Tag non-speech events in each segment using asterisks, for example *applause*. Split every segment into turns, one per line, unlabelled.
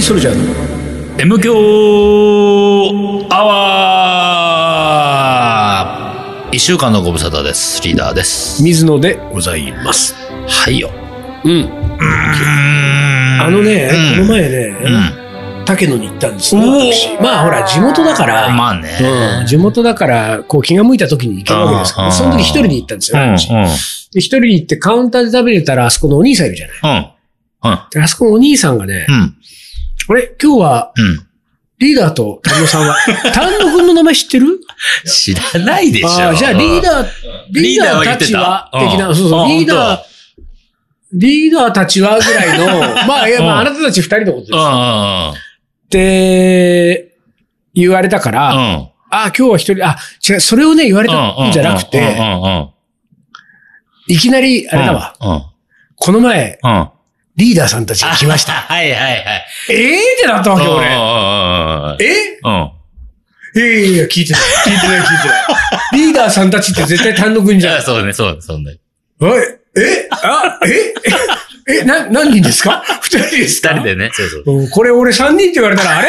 ソルジャーの
M 強アワー一週間のご無沙汰です。リーダーです。
水野でございます。
はいよ。
うん。
あ
あのね、
う
こ
ん
の前
う
ね、
ん。
竹野に行ったんですよ、
おー
私。まあほら、地元だから、
まあね。
うん、地元だから、こう気が向いた時に行けるわけですから、
あー
その時一人で行ったんですよ。私で一人で行ってカウンターで食べれたら、あそこのお兄さんいるじゃない。
うん。うん。
であそこのお兄さんがね
う、ん。
あれ、今日は
うん。
リーダーと丹野さ
*laughs*
んは、丹野くんの名前知ってる
知らないでしょ。
あーじゃあリーダー、リーダーたちは、
リーダ
的な、
ーは言ってたうん
そうそ
あ
う、リー
本当
ダー、リーダーたちはぐらい
*laughs*
の、まあ、いや、まあ、
う
あ
ん
なたたち二人のことです
う。ん
って言われたから、あ
うんうん。
あ、今日は一人、あ、違う、それをね、言われたんじゃなく
うんう
て、
んうんうん。
いきなり、あれだわ、
うん。
この前、
うん。うん。
リーダーさんたちが来ました。
た。はいはいはい。
*laughs* ええってなったわけ、俺。
俺。
え
うん。
いやいやいや、聞いてない、聞いてない、聞いて *laughs* ない。リーダーさんたちって絶対単独ん
じ
じゃ
ゃあ、
ん。
そうね、そうね、そうね。
おい、えあ、ええ、な、何人ですか二人ですか
二人でね。そうそう。
うん、これ俺3人って言われたら、あれ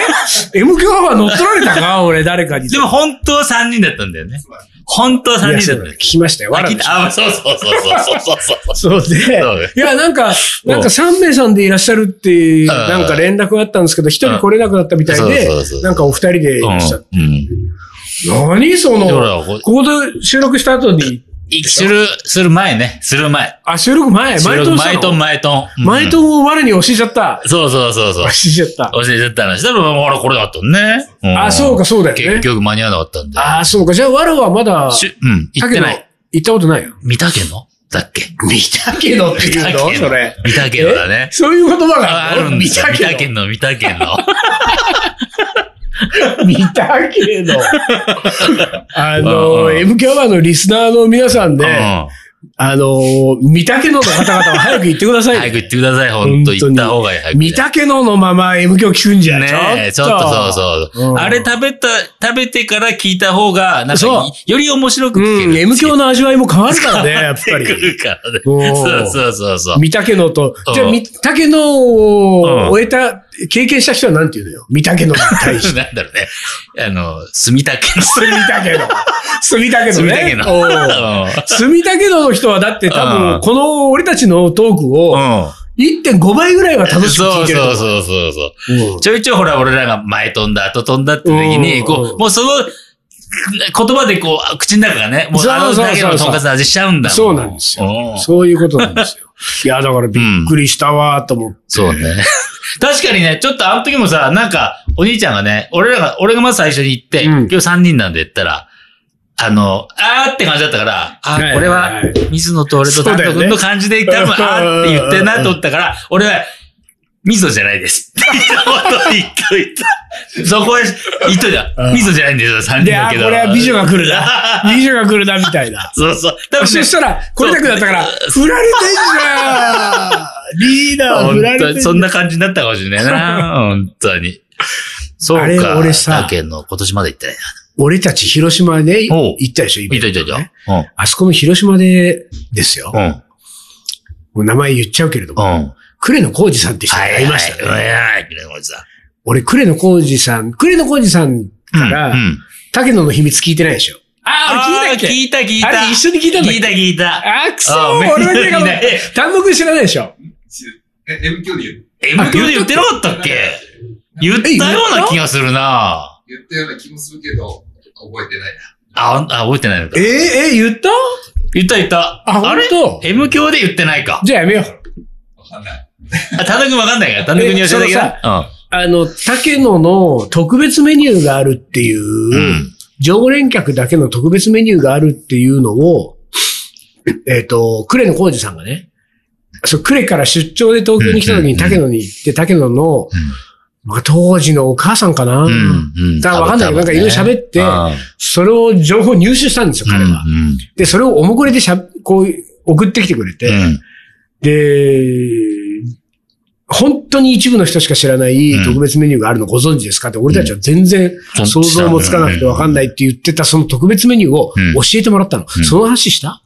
?M 響アワー乗っ取られたか俺誰かに。
でも本当は三人だったんだよね。本当は三人だったん
いやそう
だよ
聞。きましたよ。わらび
あ、まあそうそうそうそうそうそうそう。
そうで
そうね、
いや、なんか、なんか3名さんでいらっしゃるっていう、
ん
なんか連絡があったんですけど、1人来れなくなったみたい
うん
で
そうそうそうそう、
なんかお二人でいらっしゃっ
うん。うん。
た。何その
ほらこ、
ここで収録した後に、
する、する前ね。する前。
あ、収録前、前トンした
前ト
の
ン、前トン。
前トンを我に教えちゃった。
うん。そうそうそうそう
教え。ちゃった。
教えちゃった話。多分、ほら、これだったのね。ん
あ、そうか、そうだよ
結
ね。
局間に合わなかったんで。
あ、そうか。じゃあ、我はまだ、
しゅうん。行ってない。。
行ったことないよ。
見たけどだっけ
見たけどって言うの
見たけど
それ。
見たけどだね。
そういう言葉が
ああ
ある
る
の
んですよ。見
見
た
た
け
け
ど、見たけ *laughs* ど。 *laughs*
ど。見たけど。 *laughs* あ
うんう
の、
ん
m k 1のリスナーの皆さん
う
ね、
ん。
あの、見たけどの方々は早く言ってくださいね。
早く言ってください、本当行った方がいい。早くね
見たけどのまま M 響聞くんじゃ
ねえ、ちょっとそうそう。
うん
あれ食べた、食べてから聞いた方が、なんか
そう
い、より面白く聞ける。
うん、M 響の味わいも変わる
*laughs*
からね、やっぱ
来
り。
るからね。
おー
そうそうそうそう。
見たけどと
う。ん
じゃあ、見たけど
うん
を終えた、経験した人は何て言うのよ。見たけどに対
*laughs*
して。
なんだろうね。あの、 *laughs* 住みたけの。
住みたけど。住みたけど
住み
ね。
たけの。
おう住みたけどの人はだって多
う
分
ん、
この俺たちのトーク
う
を
ん。
1.5倍ぐらいは楽しく
そ
聞いうてる
そう
と
そうそうそう。
思う。
ちょいちょいほら、俺らが前飛んだ、後飛んだって時に、
うん
こ
う
う、
ん
もうその、言葉でこう、口の中がね、もう
そう
あの
そう
だけ
そ
の
うそう
とんかつの味しちゃうんだもん。
そうなんです
う
よ。
ん
そういうことなんです
*laughs*
よ。いや、だからびっくりしたわーと思って。
そうね。 *laughs* 確かにね、ちょっとあの時もさ、なんか、お兄ちゃんがね、俺らが、俺がまず最初に行って、
うん
今日3人なんで言ったら、あの、あーって感じだったから、あ
はいはい
ー、これは、水野と俺と丹野君の感じで、多分、
そうだ
あ
よね
ーって言ってんなと思ったから、俺は、水野じゃないです。 *laughs* って言っといた。そこへ、言っといた。
うん
水野じゃないんですよ、3人
で、あ
だ
ー、
けど。。
これは美女が来るな。美女が来るな、みたいな
*laughs* そうそう。多分
そ
ね、
したら、これだけだったから、振られてんじゃんリーダーは振られ
本
て
当
ん
に、
じゃ
そ
ん
んな感じになったかもしれないな。本当に。そうか。
あれ俺さ
だけど、今年まで行ってないな。
俺たち広島で
おう
行ったでしょ、イベ
見
ント
と
ね
いたじゃん。うん。
あそこの広島でですよ。
うん。
もう名前言っちゃうけれど
う
も、
ん。
呉野浩二さんって人がいましたね。
はいはいはいはい。ごめんなさい
俺、呉野浩二さん、呉野浩二さんから、
うんうん
竹野の秘密聞いてないでしょ。あ
あ
ー
ー聞いた聞いた。
あれ一緒に聞いたんだっ
聞
け
いた聞いた。
あー、くそー
あー
俺は聞いたこと
見ない
単独知らないでしょ。
え、M 響で言う
M 級で言ってなかったっけ言ったような気がするな
言ったような気もするけど、覚えてないな。
あ、あ、覚えてないのか
えー。、えー、言った
言った言った。
あ
あれ
本
?M 級で言ってないか。
じゃあやめよう。
わかんない。
あ、単独わかんないから、単独に教えてあげ
えあの、竹野の特別メニューがあるっていう、
る。うん。
常連客だけの特別メニューがあるっていうのを、えっ、と、呉野浩二さんがね、そう、呉から出張で東京に来た時
うんうんう
に
ん
竹野に行って、竹野の、まあ、当時のお母さんかな、
うん。うん。うん。
だからわかんないけど、なんかいろいろ喋って、
うん
それを情報入手したんですよ、彼は。
うん
で、それをおもくれでしゃ、こう、送ってきてくれて、
うん。
で、本当に一部の人しか知らない
うん
特別メニューがあるのご存知ですかって、俺たちは全然
うん
想像もつかなくてわかんないって言ってたその特別メニューを
うん
教えてもらったの。
うん
その話した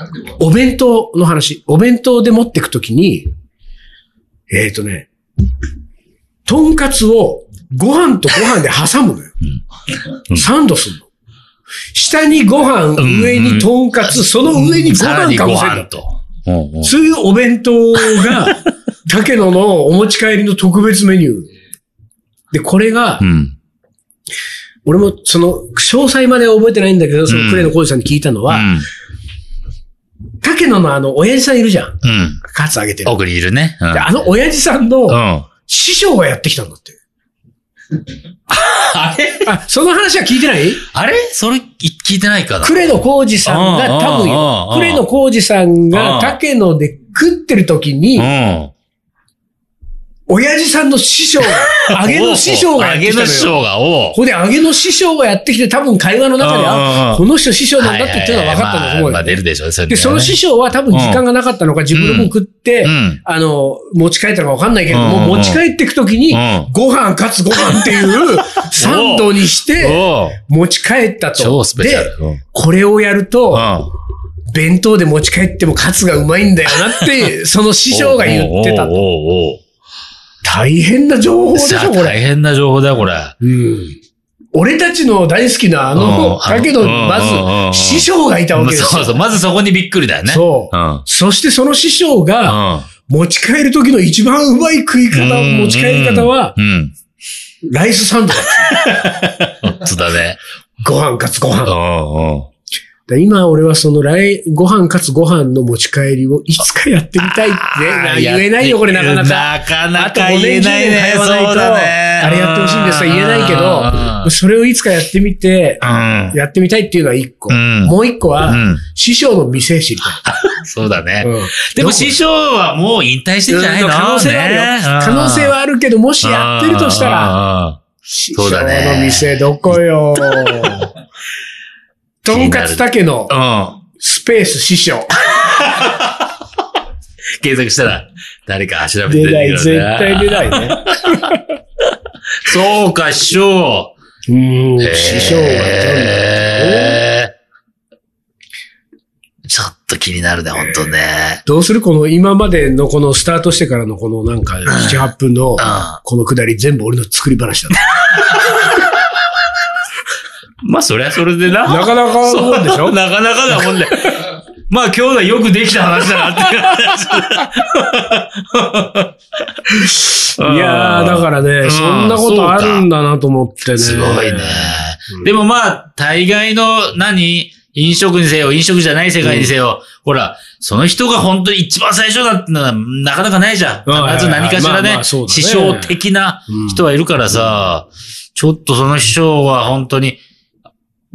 あ、でも、
お弁当の話。お弁当で持ってくときに、えっ、とね、とんかつをご飯とご飯で挟むのよ
う。ん
サンドするの。下にご飯、
ん
上にとんかつ、その上にご
さら
飯
に
か
ご
ぶせる
飯
の。
と。うんうん
そういうお弁当
*laughs*
が、竹野のお持ち帰りの特別メニュー。で、これが
う、ん。
俺もその、詳細までは覚えてないんだけど、その呉野浩二さんに聞いたの
う
は、
ん。
竹野のあの、親父さんいるじゃん。
うん。
カツあげてる。
奥にいるね。うん。
であの親父さんの
うん。あ
師匠がやってきたんだって。
れ
あ、その話は聞いてない
あれそれい聞いてないかな
呉野浩二さん
うん
が、多分よ
う。ん
呉野浩二さん
う
が
ん
竹野で食ってる時に、
うん。
親父さんの師匠が、揚げの師匠がやっ
揚
て
げ
きた
の
の
師
よ。
匠が、おう
こ。こで揚げの師匠がやってきて、多分会話の中で、
うんうんう
あ、
ん
この人師匠なんだって言ってるのが分かったんだと思う
はいはいはいまあ
よ
まあ出るでしょうね、それ
で、その師匠は多分時間がなかったのか、自分の分食って
う、ん。
あの、持ち帰ったのか分かんないけれど
うんうん
も、
うん
持ち帰っていくときに
うん、
ご飯かつご飯って
*laughs*
いう、サンドにして、
おう。
持ち帰ったと。
超スペシャ
で
ル。、うん。うん
これをやると、弁当で持ち帰ってもカツがうまいんだよな
*laughs*
って、その師匠が言ってた
おうお。うおう
大変な情報
おう
でし
さあ
ょ、こ
大
れ。
変な情報だよ、これ。あ
うん。俺たちの大好きなあの、だけど、まず、師匠がいたわけです
そう
よ。
そう、まずそこにびっくりだよね。
そう
う。ん。うん。
そしてその師匠が、持ち帰る時の一番うまい食い方、
うん
持ち帰り方は、
うん。
ライスサン
*laughs*
ドだった。
本当だね。
ご飯かつご飯。
うん
だか
うん。
ら今俺はそのライ、ご飯かつご飯の持ち帰りをいつかやってみたいって、
あー
ね、言えないよ、これなかなか。。
なかなか言えないね。
あと
そ
5年10
う
年通わないと
だね。
あれやってほしいんですと言えないけど、それをいつかやってみて、
う
やってみたいっていうのは一個。
うん
もう一個は、
ん。うん。
師匠の店知りた
そうだ
い。
ね。
うん
でも師匠はもう引退してんじゃないの
可能性はあるよ。可能性はあるけど、もしやってるとしたら、
ら。
師
そ
匠
うだね
の店どこ
*laughs*
よ。とんかつたけの
うん。
スペース師匠。
*laughs* 検索したら、誰か調べて
出
出て
な
くる
い、
よね
絶対出ない
*laughs*
ね。
そうか、師匠。
うん、師匠はいたんだ。
へーちょっと気になるね、ほんとね。
どうするこの今までのこのスタートしてからのこのなんか7、8分の
う
このくだり全部俺の作り話だった。
ん。まあ、そりゃ *laughs* それでな。
なかなか思うでしょ
なかなかだもんね。まあ今日はよくできた話だな
*laughs*
っていう話
いやー、だから
う
ね、
ん
そんなことあるんだなと思ってね。
すごいね。
うん
でもまあ、大概の何飲食にせよ、飲食じゃない世界にせよ、ほら、その人が本当に一番最初だってのはなかなかないじゃん。
うん
必ず何かしら
まあ
ね
まあそう、だね
師匠的な
うん。
人はいるからさ、ちょっとその師匠は本当に、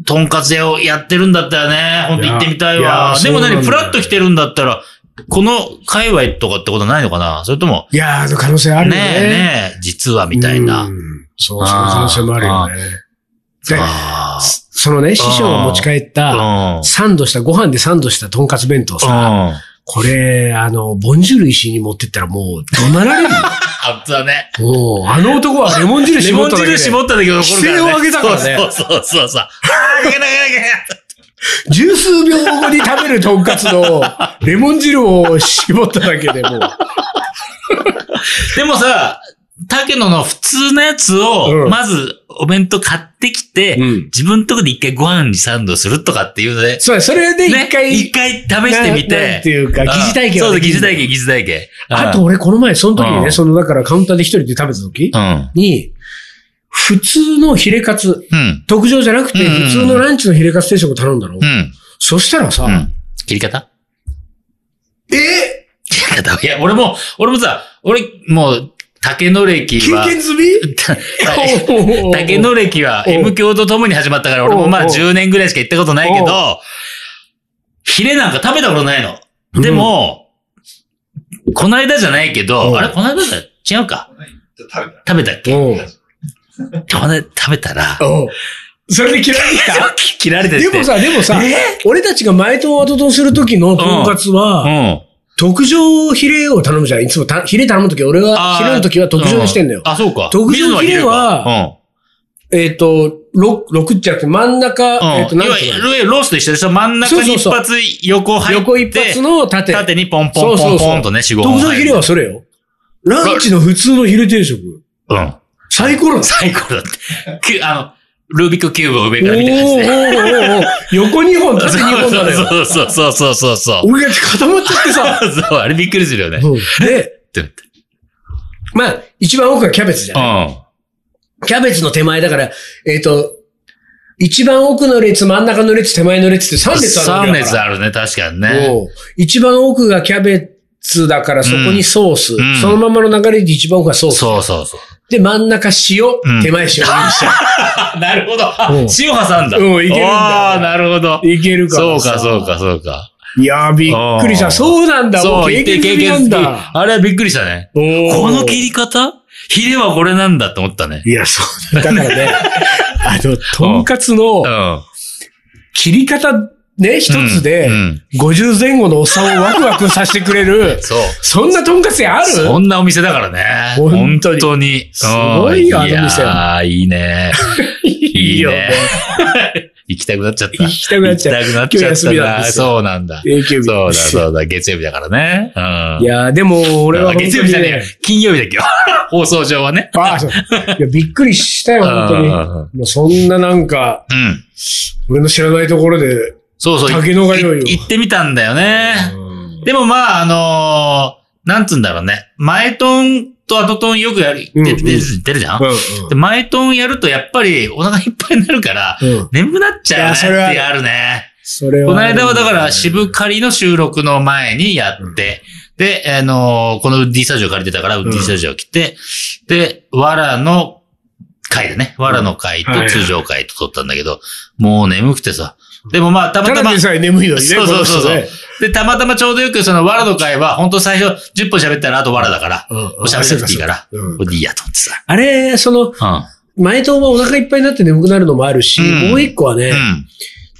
とんかつ屋をやってるんだったらね、本当行ってみたい
いやい
わ
や。
でも
そうな
何、
ん
フ
だよ
ラッと来てるんだったら、この界隈とかってことないのかなそれとも、
いやー、可能性あ
ねえ
るよね。
ねえ、実はみたいな。
うん。そう、そういう可能性もあるよね。で、
あー
そのね、師匠が持ち帰った、
うん
サンドした、ご飯でサンドしたとんかつ弁当さ、
あ
これ、あの、ボンジュール石井に持ってったらもう怒鳴ら
*laughs*
れるよ。
あ、だね。
もう、あの男はレモン汁
レ
絞
モ
っ
ン
ただけで。
汁絞っただけど怒るから
規
ね。
制を上げたからね
そうそうそうそう。ああ、いけないいけないいけない。
十数秒後に食べるとんかつの、
*laughs*
レモン汁を絞っただけでもう。
でもさ、竹野の普通のやつ
う
を、
ん
まずお弁当買ってきて、
うん
自分のとこで一回ご飯にサンドするとかっていうので、
そう、それで
ね
一回、
一回試してみ
ななん
て
て。いうか、疑似体験
そ
は
うそ
で
う、
き
疑
る
似体験、疑似体験。
あと俺この前、その時に
うん
ね、そのだからカウンターで一人で食べた時
うん、
に、普通のヒレカツ、
うん、
特上じゃなくて、
うんうんうん
普通のランチのヒレカツ定食を頼んだの。
うん、
そしたらさ、
うん。切り方
え
切り方いや、俺も、俺もさ、俺、もう、竹野歴
経
は、
験済み
竹野歴は
おう
M 教と共に始まったから、俺もまあ
おうおう
10年ぐらいしか行ったことないけど、ヒレなんか食べたことないの。でも、この間じゃないけど、あれこの間じゃ違うか。
じゃあ食
食べ
べた。
たっけこ
おう
の間食べたら、
おうそれで嫌いにした
*laughs* 切られてて。
でもさ、でもさ、
え
俺たちが前と後とする時のとんかつ
う
は、
ん。
特上ヒレを頼むじゃん。いつもたヒレ頼む時、俺は、
あー
ヒレの時は特上にしてんだよ。
あ、そうか。
特上ヒレ
は
は、えっと、ろ6じゃなくて真ん中、
うん。
えっと、
い
何
わ
てい
ゆ
うの
るロースと一緒でしょ真ん中に一
そう
発横入って、
横一発の縦。
縦にポンポンポンポンとね、四五
特
本入る。
上ヒレはそれよ。ランチの普通の昼定食。
うん。
サイコロだ。
サイコロだって。くあの、ルービックキューブを上から見たやつね。
おーおーおーお
*laughs*
ー横2本、縦2本だね。
そうそうそうそうそうそう。
俺が固まっちゃってさ。
*laughs* そう、あれびっくりするよね。
で、
って思って
まあ、一番奥がキャベツじゃ。
うんん。
キャベツの手前だから、えっ、と、一番奥の列、真ん中の列、手前の列って3列あるわけだか
3
ら。
列あるね、確かにね。
おう一番奥がキャベツだからそこにソース。
ん
そのままの流れで一番奥がソース。
そうそうそう。
で、真ん中塩、
うん
手前塩にしち
*laughs*
ゃ
あ、なるほど。
うん
あ塩挟んだ。
うんいけるんだ
ああー、なるほど
う。。いけるから
そう
さ
か、そうか、そうか。
いやー、びっくりし
あ
た。
ー
そうなんだ。もう
そう、
経
言って
験済
経
みな
験
ん
済み
だ。
あれはびっくりしたね。
こ
この切り方ヒレはこれなんだって思ったね。
いや、そう。だから
*laughs*
ね、あの、とんかつの
うん。
切り方ね、一つで
うん、うん、
50前後のおっさんをワクワクさせてくれる
*laughs* そう。
そんなとんかつ屋ある
そんなお店だからね。
本
本
当
当
に
に。す
ごいよあの店
ああ、い
*laughs*
いね。い
い
い
よ
ね
ね。
行きたくなっちゃった。
行きたくなっちゃう
行きたくなっちゃ
今
っ
日休み
た
なんで
な。
すよ
そうなんだ。
AKB
そうだ、そうだ。月曜日だからね。うん。
いやー、でも、俺は本当に、
月曜日じゃねえよ。金曜日だけ *laughs* ど。放送上はね。
ああ、そう。いや、びっくりした
*laughs*
よ、本当に。
うん
もうそんななんか、
うん。
俺の知らないところで、
そうそう。
竹野が良いよ
い行ってみたんだよね。でもまあ、あのーなんつうんだろうね。前トンと後トンよくやる、
うん
出て出て出るじゃん、で前トンやるとやっぱりお腹いっぱいになるから、
うん。うん。
眠くなっち
い
ゃう
や
ね
それは
ってあるね。
それは。
この間はだから、渋狩りの収録の前にやって、で、あのーこのウッディスタジオ借りてたから、ウッディスタジオ来て、で、わらの会だね。わらの会
うんは
と
い
通常会と撮ったんだけど、もう眠くてさ。でもまあ、たま
た
たま
だで、さえ眠いのにね。
そうそうそうそう
この人ね
で、たまたまちょうどよく、その、わらの会は、本当最初、10分喋ったら、あとわらだから、
うんうん
おしゃべりいいから、
うん
これでいいやと思ってさ。
あれ、その、前トンはお腹いっぱいになって眠くなるのもあるし、
うん
もう一個はね、
うん。うん。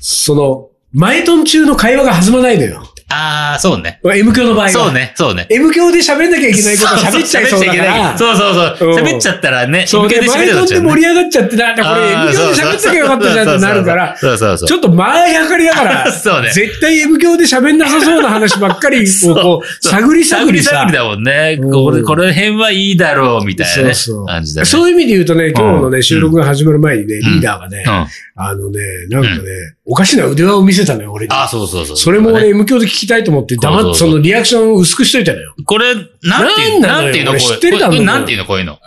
その、前トン中の会話が弾まないのよ。
あー、そうね。
M 教の場合は。
そう。ね、そうね。
M 教で喋んなきゃいけないことを喋っちゃいそうだから。
そうそうそう。
うん
喋っちゃったらね、
そうで、
受け
前
て
トン
喋
で
れなくな
盛
っち
り上がっちゃって、だってこれ M
ゃう
教
ね
で喋ってきゃよかったじゃんってなるから、
そうそうそう
ち
そ
ょ
う。
っと間あやかりだから、
そうね
絶対 M 教で喋んなさそうな話ばっかりをこう、探り探
探
り
り
さ。
探りだもんね。
うん
これ、この辺はいいだろう、みたいなね
そうそう
感じだね。
そういう意味で言うとね、今日の
う
ね、
ん
収録が始まる前にね、
ん
リーダーがね
う、ん。
あのね、なんかね、おかしな腕輪を見せたのよ、俺に。
あ、そうそうそう。
それも俺
ね、
M 教で聞きたいと思って、黙って、
そうそうそう
そのリアクションを薄くしといたのよ。
これ、なんていう
なんなの
な
よ
んていうの
俺
こう
知ってるだろう
こ
ね
れなんていうのこういうの。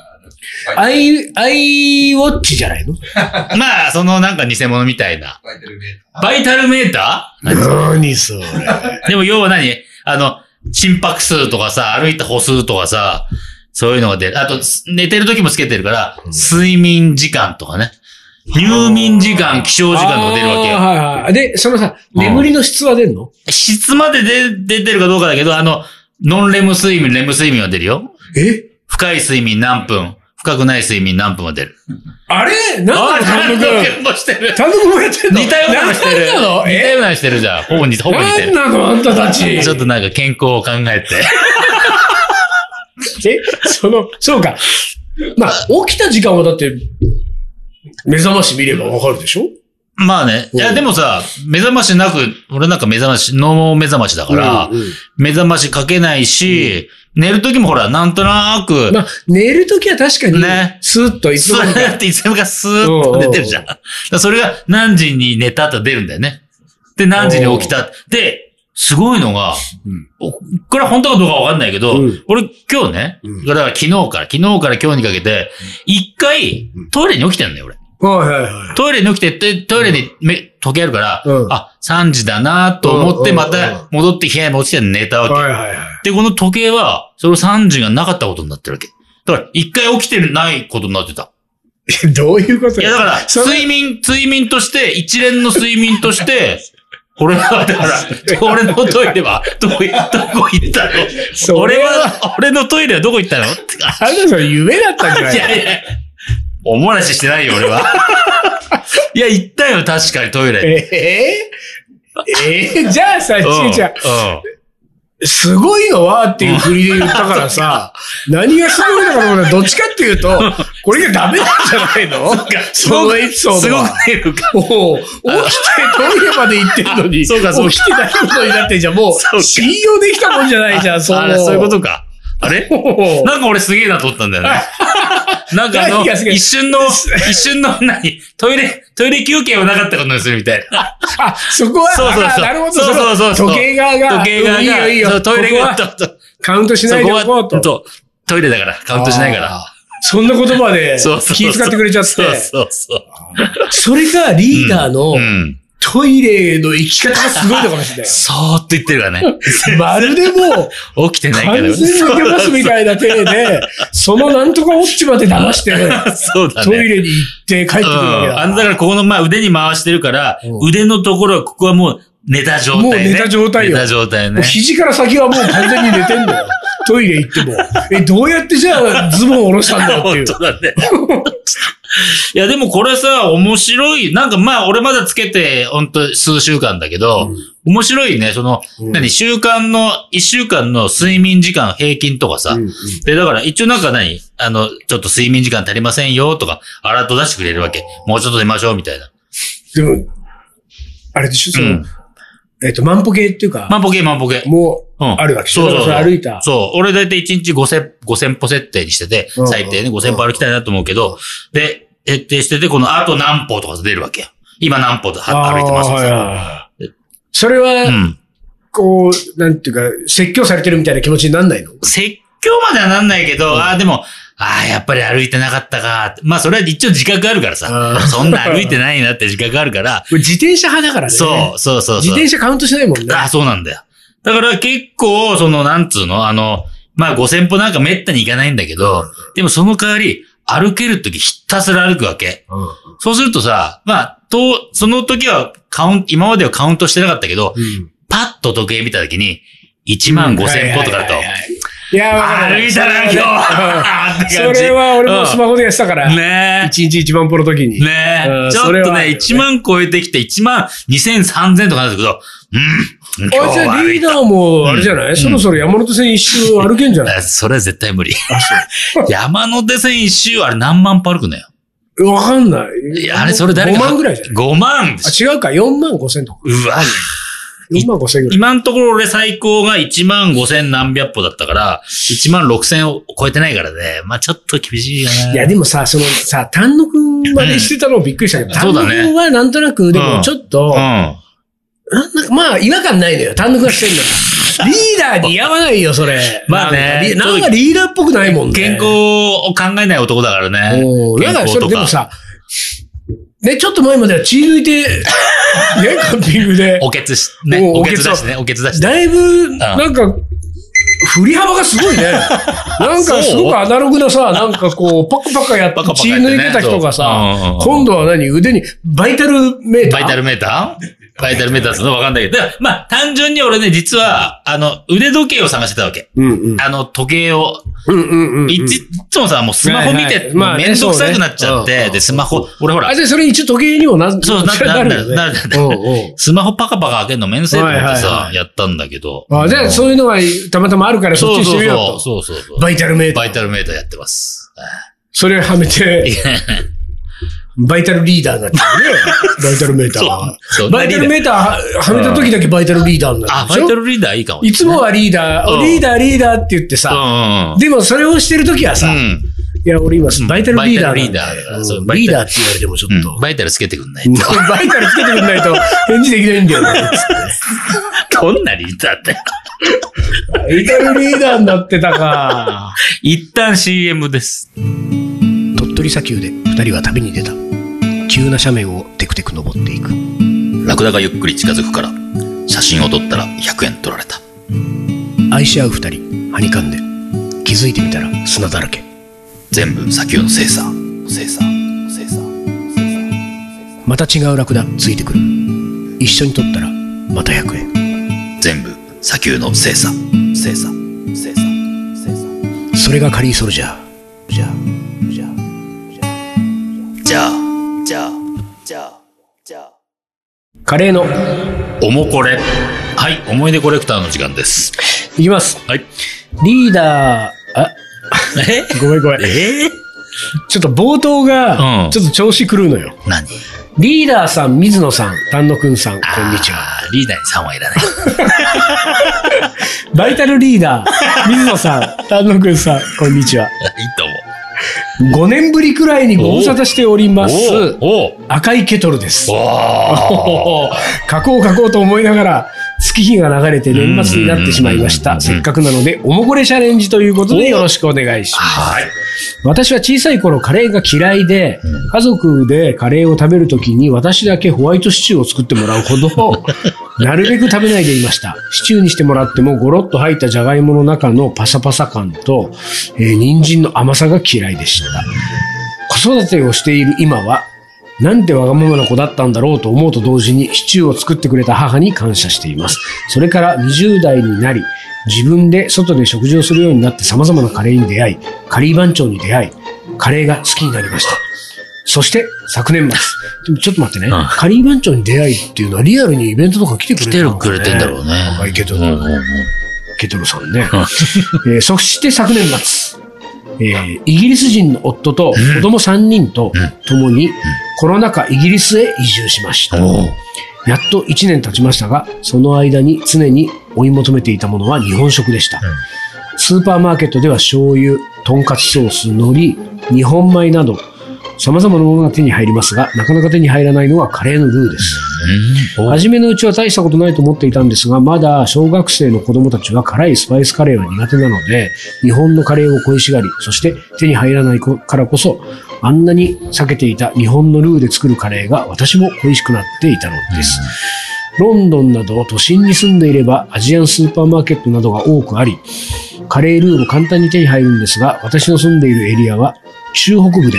アイ、アイウォッチじゃないの
まあ、そのなんか偽物みたいな。
バイタルメーター。
バイタルメータ
何それ。
ーでも要は何あの、心拍数とかさ、歩いた歩数とかさ、そういうのが出る。あと、す寝てる時もつけてるから、睡眠時間とかね。入眠時間、起床時間とか出るわけ
あ
よ。
ーはいはい。で、そのさ、
うん
眠りの質は出んの
質まで出出てるかどうかだけど、あの、ノンレム睡眠、レム睡眠は出るよ。
え
深い睡眠何分、深くない睡眠何分は出る。
あれなんだ
あ
単
ー
独
単独もしてる。
単独もやってんの
*laughs* 似たようなのしてる。似
なんなの
たようなのしてるじゃん。ほぼ似てほぼ似
な
て
ん
る。
なのあんたたち。
*laughs* ちょっとなんか健康を考えて。
え、その、そうか。まあ、起きた時間はだって、目覚まし見ればわかるでしょ
まあね。いや、でもさ、目覚ましなく、俺なんか目覚まし、ノー目覚ましだから、
うんうん
目覚ましかけないし、寝るときもほら、なんとなく、
まあ、寝るときは確かに
ね、
スーッといつ
ス
の間にか
ーっていつもがスーッと出てるじゃん。だからそれが何時に寝たって出るんだよね。で、何時に起きた。で、すごいのが、おこれは本当かどうかわかんないけど、
うん
俺今日ね、
うん
だから昨日から、昨日から今日にかけて、一回トイレに起きてるんだよ、俺。
はいはいはい。
トイレに起きてって、トイレで目、時計あるから、
うん
あ、3時だなと思っ
う
て、
ん
また戻って部屋に落ちて寝たわけ。
はいはいはい。
で、この時計は、その3時がなかったことになってるわけ。だから、一回起きてないことになってた。
どういうこと
いや、だから、
それ
睡眠、睡眠として、一連の睡眠として、 *laughs* 俺は、だ
*laughs*
から、俺のトイレは、どこ、どこ行ったの
それ
俺は、俺のトイレはどこ行ったのって
あなたそれ夢だったんじゃない
いやいや、おもらししてないよ、
*laughs*
俺は。いや、行ったよ、確かにトイレ。
えー、えーじゃあ *laughs* さ、ち
うん
ぐちゃん、
うん
すごいのはっていう振りで言ったから
*laughs*
さ、何がすごいのかと思ったらどっちかっていうと、これがダメなんじゃないのそのエピソー
す
ド
ご
は。
くね、
おう起きてトイレまで行ってるのに、
そうかそうか
起きてないことになってんじゃんも
そう
う
か
信用できたもんじゃないじゃん、そ
あ
の
らそういうことか。あれ
おー
なんか俺すげえなと思ったんだよ
*laughs*
ね。なんかあの、
何がすげえ
一
*laughs*
瞬の、一瞬の何、トイレ、トイレ休憩をなかったことにするみたいな。
あ、そこは、
そうそうそう
あなるほど。
そうそうそうそう
時計側が、
時計側
う
が、
んいいよいい
そ
よ。
うトイレが、
ここは
とと
カウントし
そ
ないで
こ
おこ
は
うと。
そうトイレだから、カウントしないから。
そんな言葉で
そうそうそう
気遣ってくれちゃって。
そうそうそう。
それがリーダーの
うん。
トイレの行き方がすごいのかもしれない
*laughs* そーっと言ってるからね。
よ。まるでもう、
起きてないから。
完全に受けますみたいな体で、そのなんとか落ちまで騙して、
*laughs* そうだね。
トイレに行って帰ってくるわけだ
あんだからここの、まあ腕に回してるから、
うん
腕のところはここはもう寝た状態、ね。
もう寝た状態よ
寝た状態
もう
ね。
肘から先はもう完全に寝てんだよ。トイレ行っても。え、どうやってじゃあズボン下ろしたんだよってい
本
う。
当だね。 *laughs* いや、でもこれさ、面白い。なんかまあ、俺まだつけて、ほんと数週間だけど、面白いね。その、
うん
何、週間の、一週間の睡眠時間平均とかさ。
うん
で、だから一応なんか何あの、ちょっと睡眠時間足りませんよとか、アラート出してくれるわけ。もうちょっと寝ましょうみたいな。
でも、あれでしょ、その、
うん
えっ、と、万歩計っていうか、
まあ、ボケ、まあ、ボケ。
もう、
うん
あるわけでしょ
そうそうそう
だかられ歩いた。
そう。俺だいたい1日5000、5000歩設定にしてて
うんう、ん
最低ね、5000歩歩きたいなと思うけど、で、設定してて、このあと何歩とか出るわけよ。今何歩とは
あー
歩いてますと
はい
か。
はいはいそれは、
うん。
こう、なんていうか、説教されてるみたいな気持ちになんないの
説教まではなんないけど、ああ、でも、ああ、やっぱり歩いてなかったか。まあ、それは一応自覚あるからさ
あー。
そんな歩いてないなって自覚あ
*laughs*
るから、
自転車派だからね。
そう、そうそう
自
そう。
転車カウントしないもんね。
あ、そうなんだよ。だから結構、その、なんつうの、あの、まあ、5000歩なんかめったに行かないんだけど、でもその代わり、歩けるときひたすら歩くわけ。
うん
そうするとさ、まあ、と、その時はカウント、今まではカウントしてなかったけど、
うん
パッと時計見た時に、1万5000歩とかだと
はいはいはい、いや、わかる。
歩いたな、今日はって
そ
感じ
れは俺もスマホでやってたから、
ね
一日一万歩の時に。
え。ね
う
え。
ん
ちょ
それ
っと
はある
ね、
よね
1万超えてきて、1万2000、3000とかなんだけど、うん。今
あ、
日
じゃ
は
あ
歩
リ
い
ー
た
ダーも、あれじゃない、
うん
そろそろ山手線一周歩けんじゃない
あそれは絶対無理。 *laughs* 山手線一周、あれ何万歩歩くのよ。
わかんないい。
や、あれそれ誰か。
5万ぐらいじゃない
?5 万でしょ
あ、違うか、4万5千とか。
うわ。
4万5千ぐらい。
今のところ俺最高が1万5千何百歩だったから、1万6千を超えてないからね。まあちょっと厳しいよね。
いや、でもさ、そのさ、丹野くんまでしてたのびっくりしたけど、
うん
丹野
そうだ
く
ね
んはなんとなく、で
うん
もちょっと、
うん。
なんかまあ、違和感ないのよ。丹野くんがしてんのよ。リ
*laughs*
ーダーに似合わないよ、それ。
まあね
なんかリなんかリーダーっぽくないもんね。
健康を考えない男だからね。
おーなん
健
か
康
それ
と
でもさ、ね、ちょっと前までは血抜い
*laughs*
て、ね、カンピングで。
おけつし、ね。
お
お
お
け
け
つ
つ
だしね。おけつだしね。
だいぶ、なんか、振り幅がす
*laughs*
ごいね。なん
そう
かすごくアナログなさ、なんかこう、パカパカやって
パカパカ
血
やってね
抜いてた人が
そううんうんう
さ
ん、
今度は何腕に、バイタルメーター
バイタルメーターバイタルメーターってのわかんないけど。だからまあ単純に俺ね、実は、あの、腕時計を探してたわけ。
うんうん。
あの、時計を、
うんうんうんうん。
いついつもさ、もうスマホ見
はい
て
は、いまあね
めんどくさくなっちゃっ
そうね
て、
うん
で、スマホ、俺ほら
あ、、じゃあそれ一応時計にもな、
そうななる
よね
なるなる
うんうん
スマホパカパカ開けるのめんどくせえと思って
はいはい
さ
は、
やったんだけど。
あじゃあそういうのがたまたまあるからそっち
そう
にし
そ
て
う
みよう
そう。
と
そうそうそう。
バイタルメーター。
バイタルメーターやってます。
それはめて、バイタルリーダーになっちゃうね。バイタルメーターは
*laughs* そうそう
バイタルメーターははめた時だけバイタルリーダーにな
あ
る、で
バ
し
イ
ょ
タルリーダーいいかも。
いつもはリーダー、
うん
リーダー、リーダーって言ってさ、
うん。
でもそれをしてる時はさ、
う
い
ん。
や、俺今、バイタルリーダーなんで
バイタルリーダーだからそう
うん
バイ
リー
タル
ダーって言われてもちょ
う
っ
ん
と。
バイタルつけてくんないと。
*laughs* バイタルつけてくんないと返事できないんだよね。
どんなリーダーって。
バイタルリーダーになってたか。
一旦 CM です。
鳥取砂丘で二人は旅に出た。急な斜面をテクテク登っていく。
ラクダがゆっくり近づくから、写真を撮ったら100円取られた。
愛し合う二人、はにかんで。気づいてみたら砂だらけ。
全部砂丘の精査。精査。精査。
また違うラクダついてくる。一緒に撮ったら、また100円。
全部砂丘の精査。精査。精査。精査。
それがカリーソルジャー。じゃあ、じゃあ。
じゃあ、じゃあ、じゃあ、じゃあ。
カレーの、
おもこれ。はい、思い出コレクターの時間です。
いきます。
はい。
リーダー、あ、
え
ごめんごめん。
え
ちょっと冒頭
う
が
ん、
ちょっと調子狂うのよ。
何
リーダーさん、水野さん、丹野くんさん、こんにちは。
は。リーダーに3はいらない。 *laughs*
バイタルリーダ
*laughs*
ー、水野さん、丹野くんさん、こんにちは。
いいと
5年ぶりくらいにご無沙汰しております。
思う。おう
赤いケトルです。
おうおう
書こう書こうと思いながら、月日が流れて年末になってしまいまし
うん
た。
うん
せっかくなので、おもこれチャレンジということでよろしくお願いします。
はい。
私は小さい頃カレーが嫌いで、家族でカレーを食べるときに私だけホワイトシチューを作ってもらうほど、なるべく食べないでいました。シチューにしてもらってもゴロッと入ったじゃがいもの中のパサパサ感と、えー人参の甘さが嫌いでした。子育てをしている今は、なんてわがままな子だったんだろうと思うと同時にシチューを作ってくれた母に感謝しています。それから20代になり、自分で外で食事をするようになって様々なカレーに出会い、カリー番長に出会い、カレーが好きになりました。そして、昨年末。でもちょっと待ってね。
うん
カリー番長に出会いっていうのはリアルにイベントとか来てくれ
来
て
て
る、
るくれてんだろうね。
若いケト
う
ル
んうんうん
ケトルさんね。 *laughs* えーそして昨年末、えーイギリス人の夫と子供3人と共にコロナ禍イギリスへ移住しました。
おう
やっと1年経ちましたが、その間に常に追い求めていたものは日本食でした。スーパーマーケットでは醤油、とんかつソース、海苔、日本米など、様々なものが手に入りますが、なかなか手に入らないのはカレーのルーです。
うん
初めのうちは大したことないと思っていたんですが、まだ小学生の子供たちは辛いスパイスカレーは苦手なので、日本のカレーを恋しがり、そして手に入らないからこそ、あんなに避けていた日本のルーで作るカレーが私も恋しくなっていたのです。ロンドンなど都心に住んでいればアジアンスーパーマーケットなどが多くあり、カレールーも簡単に手に入るんですが、私の住んでいるエリアは中北部で、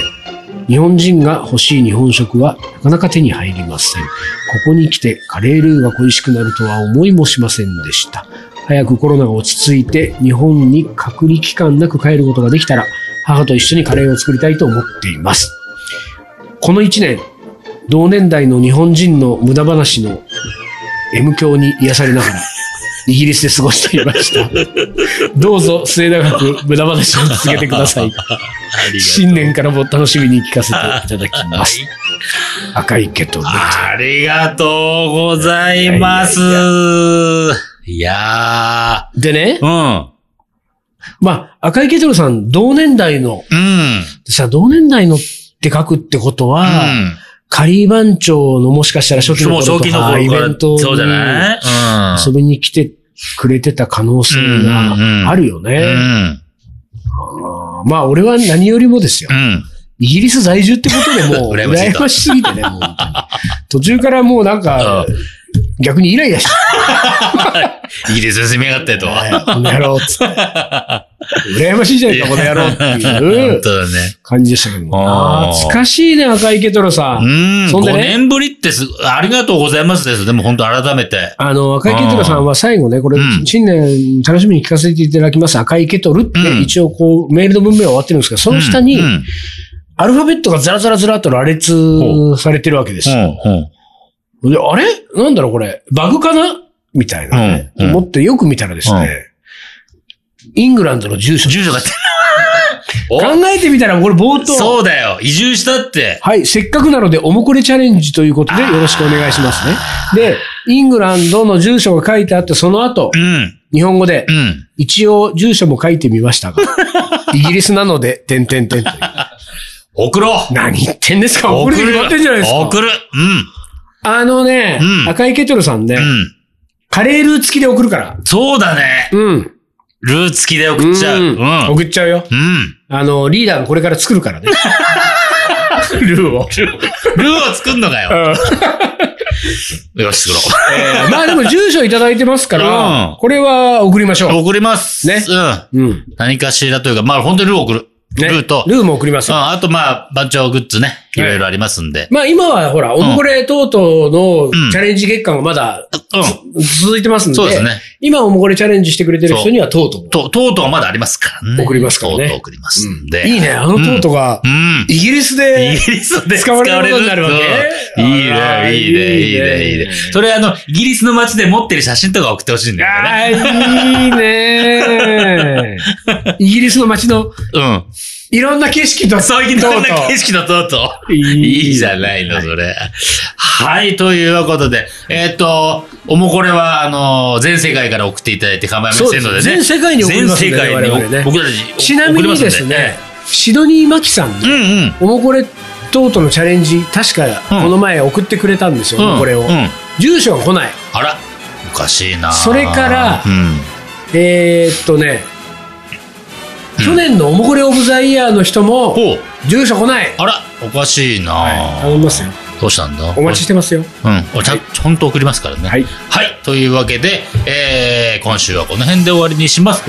日本人が欲しい日本食はなかなか手に入りません。ここに来てカレールーが恋しくなるとは思いもしませんでした。早くコロナが落ち着いて日本に隔離期間なく帰ることができたら母と一緒にカレーを作りたいと思っています。この1年、同年代の日本人の無駄話の M 教に癒されながら、イギリスで過ごしていました。どうぞ末永く無駄話を続けてください。
ありがとう
新年からも楽しみに聞かせていただきます。赤いケトル。
ありがとうございます。いや
でね
ー。、うん。
まあ、赤いケトルさん、同年代の、
うん。
さ、同年代のって書くってことは、カリー番長のもしかしたら初期
うん。
の
もう
頃
初期
と
の
か、イ
頃か
ベント
ら、
に
そうじゃない
遊びに来てくれてた可能性
うんうんうん
があるよね。
うん。うん。
あーまあ、俺は何よりもですよ
う。ん。
イギリス在住ってことでもう、
*laughs* 羨ましい
羨
と
ましすぎてね、もう本当に。途中からもうなんか、逆にイライラして
いいですね、攻め上がってと。
ねこの野郎っ
*laughs*
つって。羨ましいじゃないか、この野郎ってい
*laughs* 本
う
当だね。
感じでしたけども。
あー
懐かしいね、赤いケトロさ。
うんん。
そん
5
でね
年ぶりってす、ありがとうございますです。でも本当改めて。
あの、赤いケトロさんは最後ね、これ
う、ん
新年楽しみに聞かせていただきます、赤いケトルって
うん
一応こう、メールの文明は終わってるんですけど、その下に
うん、うん
アルファベットがザラザラザラっと羅列されてるわけですよ。
うん
であれなんだろうこれ、バグかなみたいなね。
うんうん
思ってよく見たらですね、イングランドの住所。
住所
*laughs*
が
考
お
えてみたら、これ冒頭。
そうだよ。移住したって。
はい、せっかくなので、おもこれチャレンジということで、よろしくお願いしますね。で、イングランドの住所が書いてあって、その後
う、ん。
日本語で
う、ん。
一応住所も書いてみました
*laughs*
が、イギリスなので、てんてんてんという。
送ろう
何言ってんですか送るに決まってんじゃないですか
送る
あのね、
うん
赤いケトルさんね、
うん。うん。
カレールー付きで送るから。
そうだね。
うん。
ルー付きで送っちゃう。うん。
ん送っちゃうよ。
うん。
あの、リーダーがこれから作るからね。ルーを。
ルーを作んのかよ。 *laughs* よし、作
まあでも住所いただいてますから、
うん
これは送りまし
ろう。
ょ
送ります。
ね
うん。
う。うん。
何かしらというか、まあ本当にルーを送る。
ね
ルーと。
ルーも送ります
うん、
よ。
あとまあ、番長グッズね。いろいろありますんで。
まあ今はほら、オムコレ等々
う
の
ん
チャレンジ月間がまだ
う
続いてますん
ん。
で、
そうですね。
今オムコレチャレンジしてくれてる人にはとうとう。
と、とうとうまだありますからね。
送りますからね
とうとう送りますんで。
いいね、あのとうとうが
う、ん。
イギリス
イ
で、
ギリスで
使われることになるわけ
うんいいね、いいね、いいね、いいね。それあの、イギリスの街で持ってる写真とか送ってほしいんだよね。 *laughs*
あーいいねイギリスの街の
うん。
いろんな景色と、
そういうろんな景色だとうと。
いいう
いいじゃないの、それ。はい、ということで、えっ、と、おもこれは、あの、全世界から送っていただいて構いま
そうで
せん
す
のでね。
全世界に送り
全
ます
世
んで
界
我
に
々ね
僕たち、
ちなみにです
送り
ね、シドニー・マキさんの
ますんで。うんうん。
おもこれとうとうのチャレンジ、確か
うん
この前送ってくれたんですよ、お
うん
もこれを。
うん
住所が来ない。
あら、おかしいな。
それから
うん。
えーっとね、去年のおもこれオブザイヤーの人も、
ほう、
住所来ない。
あら、おかしいな。
頼みますよ。
どうしたんだ
お待ちしてますよ。
うん、おちゃん、ちゃんと送りますからね。
はい。
はい、というわけで、えー、今週はこの辺で終わりにします。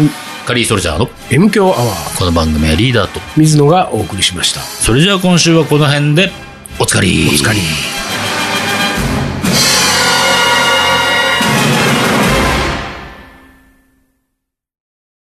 カリーソルジャーの
M 強アワー、
この番組はリーダーと。
水野がお送りしました。
それじゃあ今週はこの辺で、おつかり。
おつかり。